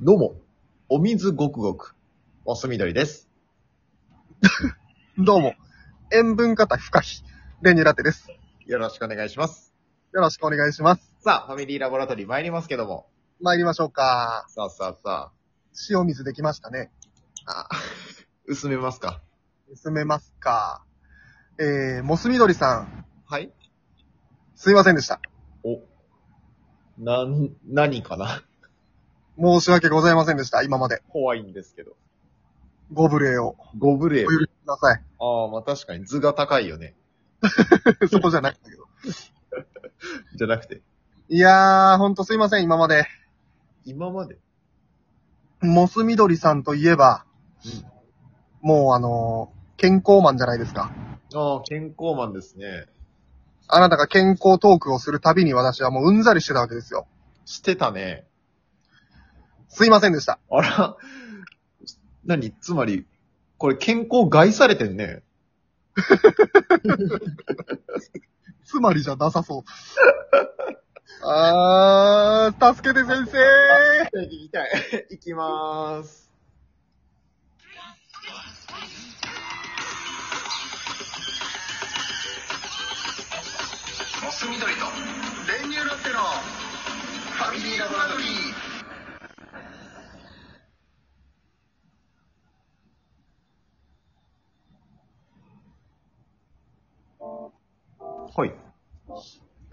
どうも、お水ごくごく、モスみどりです。どうも。塩分過多不可避。レニュラテです。よろしくお願いします。よろしくお願いします。さあ、ファミリーラボラトリー参りますけども。参りましょうか。さあさあさ塩水できましたね。あ。あ 薄めますか進めますか。えー、モスみどりさん、はいすいませんでした。お。なん、何かな申し訳ございませんでした。今まで。怖いんですけど。ご無礼を。ご無礼お。許しく ださい。ああ、まあ確かに図が高いよね。そこじゃないんだけど。じゃなくて。いやー、ほんとすいません、今まで。今まで。モスみどりさんといえば、うんもうあのー健康マンじゃないですか。ああ、健康マンですね。あなたが健康トークをするたびに私はもううんざりしてたわけですよ。してたね。すいませんでした。あら。何つまり、これ健康害されてんね。つまりじゃなさそう。あー、助けて先生行きたい。 行きまーす。モス緑と練乳ラテのファミリーラボラトリー。はい。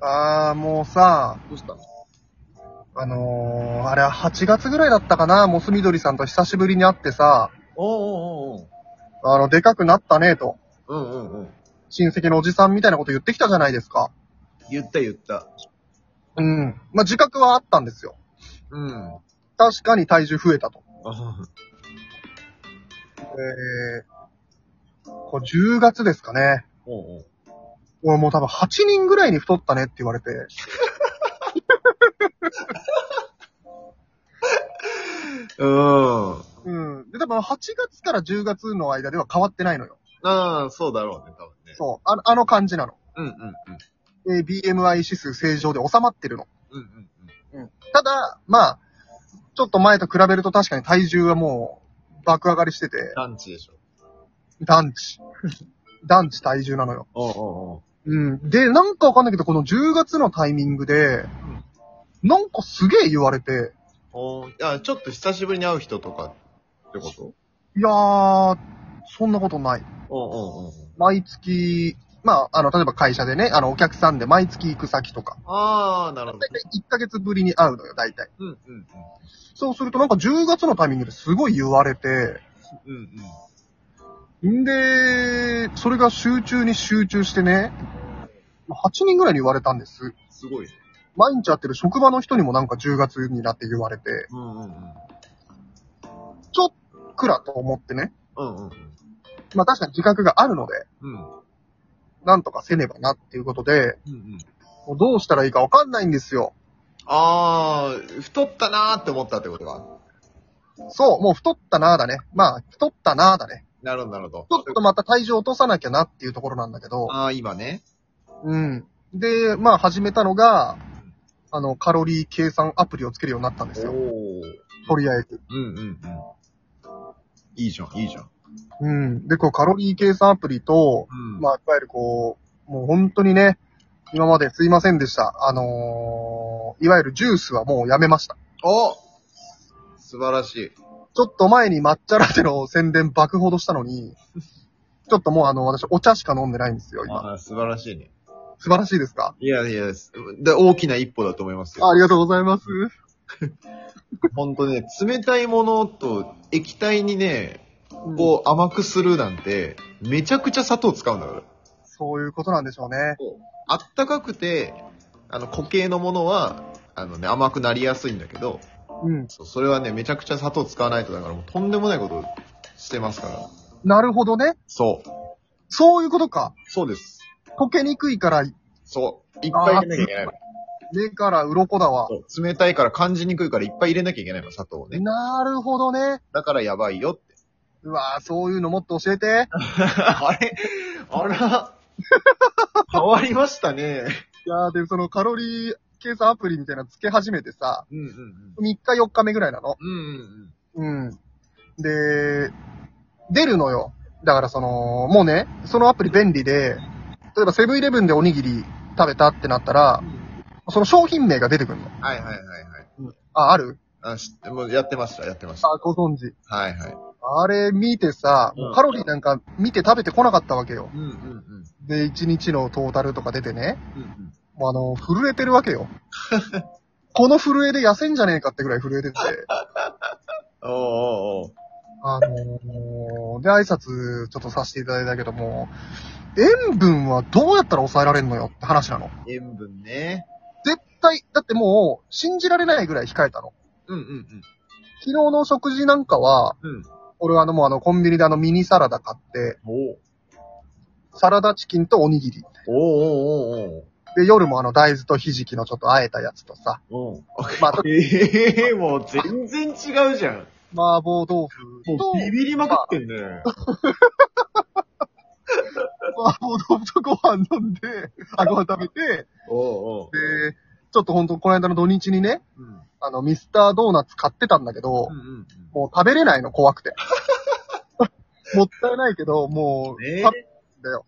あー、もうさ、どうしたあのー、あれは8月ぐらいだったかな、モス緑さんと久しぶりに会ってさ、おうあの、でかくなったねと、おうおう。うんうんうん。親戚のおじさんみたいなこと言ってきたじゃないですか。言った言った。うん。まあ、自覚はあったんですよ。うん。確かに体重増えたと。えー、これ10月ですかね。おうおう。俺もう多分8人ぐらいに太ったねって言われて。うん。うん。で、多分8月から10月の間では変わってないのよ。ああ、そうだろうね、多分ね。そう。あの、あの感じなの。うんうんうん。えー BMI 指数正常で収まってるの。うんうんうん。ただ、まあ、ちょっと前と比べると確かに体重はもう爆上がりしてて、団地でしょ。団地。団地体重なのよ。おうおうおう。うん。で、なんかわかんないけど、この10月のタイミングで、なんかすげえ言われて、おーあちょっと久しぶりに会う人とかってこといやー、そんなことない。おうおうおう。毎月、まあ、あの、例えば会社でね、あの、お客さんで毎月行く先とか、ああ、なるほど大。体1ヶ月ぶりに会うのよ、大体。うんうんそうするとなんか10月のタイミングですごい言われて、うん。うんうん。んで、それが集中に集中してね、8人ぐらいに言われたんです。すごいね。毎日会ってる職場の人にもなんか10月になって言われて、うんうんうん。ちょっくらと思ってね。うんうんまあ確かに自覚があるので、うん。うん。なんとかせねばなっていうことで、うんうん。もうどうしたらいいかわかんないんですよ。ああ、太ったなーって思ったってことか。そう、もう太ったなーだね。まあ、太ったなーだね。なるほど、なるほちょどっ。とまた体重落とさなきゃなっていうところなんだけど、ああ、今ね。うん。で、まあ始めたのが、あの、カロリー計算アプリをつけるようになったんですよ。お。とりあえず。うんうんうん。いいじゃん、いいじゃん。うん。で、こう、カロリー計算アプリと、うんまあ、いわゆるこう、もう本当にね、今まですいませんでした。あのー、いわゆるジュースはもうやめました。お素晴らしい。ちょっと前に抹茶ラテの宣伝爆ほどしたのに、ちょっともうあの、私お茶しか飲んでないんですよ、今。ああ、素晴らしいね。素晴らしいですかいやいや、すで大きな一歩だと思いますよあ。りがとうございます。本当ね、冷たいものと液体にね、ここう甘くするなんて、めちゃくちゃ砂糖使うんだから。うそういうことなんでしょうね。あったかくて、あの、固形のものは、あのね、甘くなりやすいんだけど、うん。そうそれはね、めちゃくちゃ砂糖使わないとだから、もうとんでもないことしてますから。なるほどね。そう。そういうことか。そうです。溶けにくいから、そう。いっぱい入れなきゃいけないの。目から鱗だわ。そう冷たいから感じにくいからいっぱい入れなきゃいけないの、砂糖をね。なるほどね。だからやばいよって。うわぁ、そういうのもっと教え て。あれあら変わりましたね。いやーで、そのカロリー計算アプリみたいなのつけ始めてさ、うんうん3日4日目ぐらいなの。うん。うんうんうん。で、出るのよ。だからその、もうね、そのアプリ便利で、例えばセブンイレブンでおにぎり食べたってなったらう、ん。その商品名が出てくるの。はいはいはいはい。あ、あるあ、知って、もうやってました、やってました。あ、ご存知。はいはい。あれ見てさ、うんカロリーなんか見て食べてこなかったわけよ。うんうんうん。で、1日のトータルとか出てね、うんうん。もうあの、震えてるわ けよ。この震えで痩せんじゃねえかってぐらい震えてて、おーおーおーあのー、で、挨拶ちょっとさせていただいたけども、塩分はどうやったら抑えられんのよって話なの。塩分ね。絶対、だってもう、信じられないぐらい控えたの。うんうん昨日の食事なんかは、うん。うん。俺はあのもうあのコンビニであのミニサラダ買って、おーサラダチキンとおにぎり。おーおーおーおーで、夜もあの大豆とひじきのちょっとあえたやつとさ、うん。まあ、ええもう全然違うじゃん。麻婆豆腐もとう、ビビりまくってんね。麻婆豆腐とご飯飲んで、あ、ご飯食べて、おうおう。で、ちょっとほんとこの間の土日にね、うん。あの、ミスタードーナツ買ってたんだけど、うんうんもう食べれないの怖くて。 もったいないけど、もう、ねえ食べるんだよ。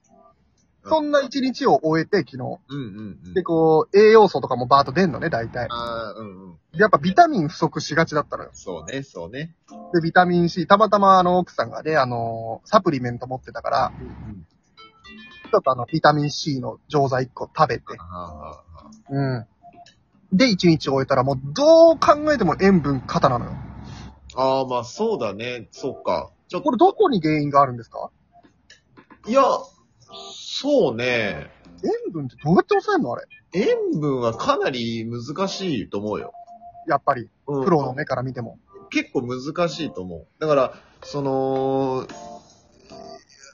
そんな一日を終えて、昨日。うんうんうん。で、こう、栄養素とかもバーッと出んのね、大体。ああ、うんうん。で、やっぱビタミン不足しがちだったのよ。そうね、そうね。で、ビタミン C、たまたまあの、奥さんがね、あのーサプリメント持ってたから、うん。ちょっとあの、ビタミン C の錠剤1個食べて、ああ、うん。で、一日終えたら、もう、どう考えても塩分過多なのよ。ああ、まあそうだね、そうか。ちょっこれ、どこに原因があるんですかと、いや、そうね。塩分ってどうやって抑えるのあれ。塩分はかなり難しいと思うよ。やっぱり、うんプロの目から見ても。結構難しいと思う。だから、その、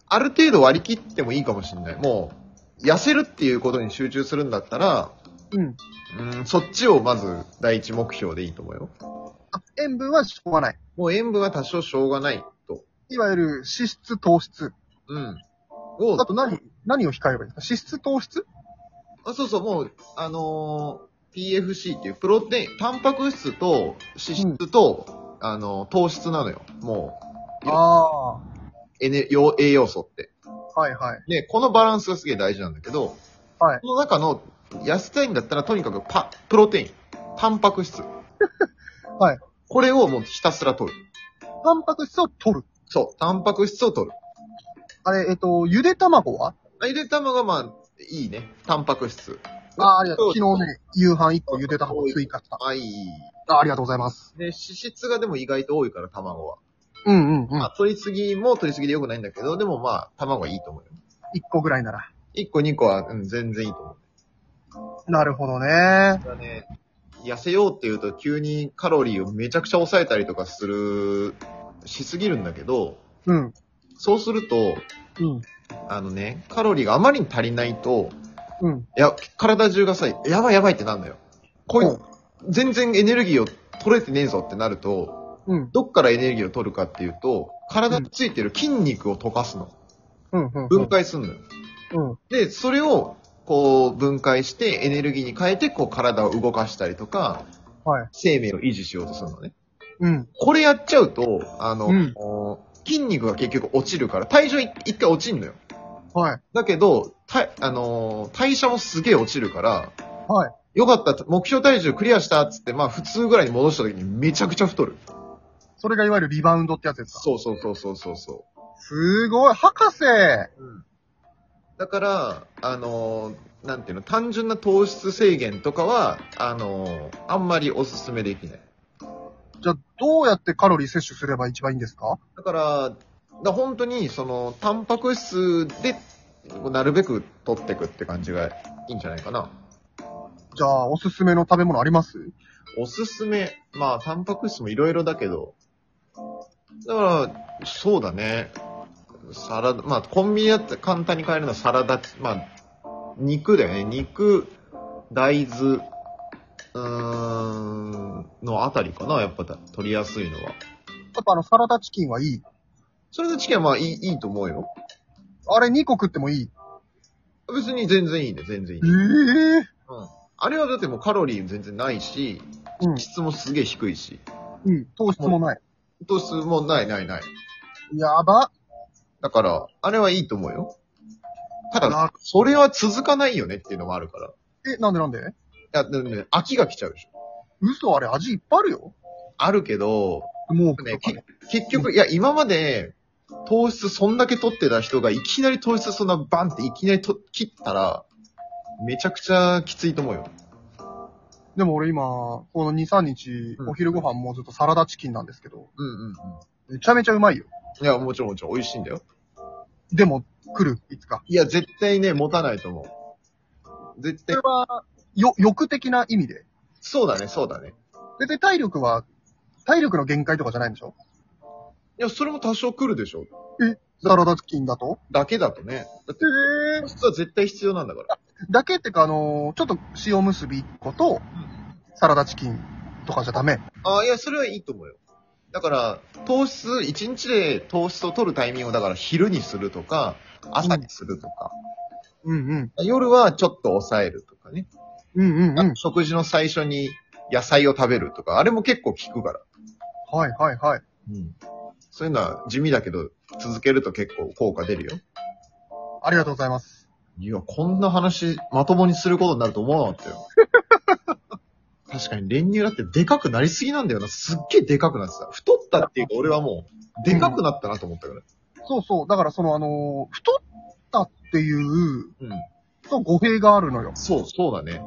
ある程度割り切ってもいいかもしれない。もう、痩せるっていうことに集中するんだったら、うん。うん、そっちをまず第一目標でいいと思うよ。あ塩分はしょうがない。もう塩分は多少しょうがないと。いわゆる、脂質、糖質。うん。をあと何、何を控えればいいですか脂質、糖質あそうそう、もう、あのー PFC っていうプロテイン、タンパク質と脂質と、あのー糖質なのよ。もああ。はう、エネよ栄養素って。いはい。で、このバランスがすげえ大事なんだけど、はい。この中の、痩せたいんだったらとにかくパ、プロテイン、タンパク質。はいこれをもうひたすら取る。タンパク質を取る。そう、タンパク質を取る。あれ、えっと、ゆで卵はあゆで卵がまあ、いいね。タンパク質。ああ、ありがとう。そう昨日ね、夕飯1個ゆで卵追加した。あ、いい。あありがとうございます。で、脂質がでも意外と多いから、卵は。うんうんうまあ、ん。取りすぎも取りすぎで良くないんだけど、でもまあ、卵はいいと思うよ。 1個ぐらいなら。 1個2個は、うん、全然いいと思う。なるほどね。ただね、痩せようっていうと急にカロリーをめちゃくちゃ抑えたりとかする、しすぎるんだけど、うん。そうすると、うん。あのね、カロリーがあまりに足りないと、うん。いや、体中がさ、やばいやばいってなるのよ。こい、うん全然エネルギーを取れてねえぞってなると、うん。どっからエネルギーを取るかっていうと、体についてる筋肉を溶かすの。うん。うん。分解すんのよ。うん。で、それを、こう、分解して、エネルギーに変えて、こう、体を動かしたりとか、はい。生命を維持しようとするのね。うん。これやっちゃうと、あの、うんお筋肉が結局落ちるから、体重い一回落ちんのよ。はい。だけど、た、あのー代謝もすげえ落ちるから、はい。よかった、目標体重クリアしたっつって、まあ普通ぐらいに戻した時にめちゃくちゃ太る。それがいわゆるリバウンドってやつですかそうそうそうそうそうそすごい。博士う。うん。だから、あのーなんていうの、単純な糖質制限とかは、あのーあんまりおすすめできない。じゃあ、どうやってカロリー摂取すれば一番いいんですかだから、だから本当に、その、タンパク質で、なるべく取っていくって感じがいいんじゃないかな。じゃあ、おすすめの食べ物ありますおすすめ。まあ、タンパク質もいろいろだけど。だから、そうだね。サラダ、まあ、コンビニだって簡単に買えるのはサラダ、まあ、肉だよね。肉、大豆、うーん、のあたりかな。やっぱだ、取りやすいのは。やっぱあの、サラダチキンはいい。それのチキンはまあ、いい、いいと思うよ。あれ2個食ってもいい。別に全然いいね、全然いいええうんあれはだってもうカロリー全然ないし、うん質もすげえ低いし、うん。糖質もない。糖質もないないない。やば。だから、あれはいいと思うよ。ただ、なそれは続かないよねっていうのもあるから。いえ、なんでなんでや、でもね、飽きが来ちゃうでしょ。嘘あれ味いっぱいあるよ。あるけど、もう、ね、け結局、いや、今まで、糖質そんだけ取ってた人が、いきなり糖質そんなバンっていきなりと切ったら、めちゃくちゃきついと思うよ。でも俺今、この2、3日、うんお昼ご飯もうずっとサラダチキンなんですけど、うんうんうん。めちゃめちゃうまいよ。いや、もちろんもちろん美味しいんだよ。でも、来る、いつか。いや、絶対ね、持たないと思う。絶そ対れ、は、よ、欲的な意味で。そうだね、そうだね。別に体力は、体力の限界とかじゃないんでしょいや、それも多少来るでしょ。サラダチキンだとだけだとね。だって、え糖質は絶対必要なんだから。だけってか、あのーちょっと塩結び1個と、サラダチキンとかじゃダメ。ああ、いや、それはいいと思うよ。だから、糖質、一日で糖質を取るタイミングを、だから昼にするとか、朝にするとか、うんうん。夜はちょっと抑えるとかね。うんうんうん。食事の最初に野菜を食べるとか、あれも結構効くから。はいはいはい。うん。そういうのは地味だけど、続けると結構効果出るよ。ありがとうございます。いや、こんな話、まともにすることになると思わなかったよ。 確かに練乳だってでかくなりすぎなんだよな。すっげえでかくなってた。太ったっていうか、俺はもう、でかくなったなと思ったから。そうそう。だからそのあのー太ったっていう、うん。と語弊があるのよ。そう、そうだね。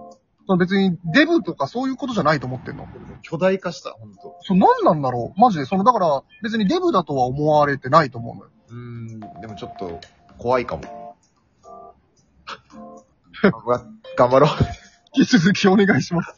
その別にデブとかそういうことじゃないと思ってんの。巨大化した、ほんと。そう、なんなんだろうマジで。その、だから、別にデブだとは思われてないと思うのよ。うーん、でもちょっと、怖いかも。 頑張頑張ろう。引き続きお願いします。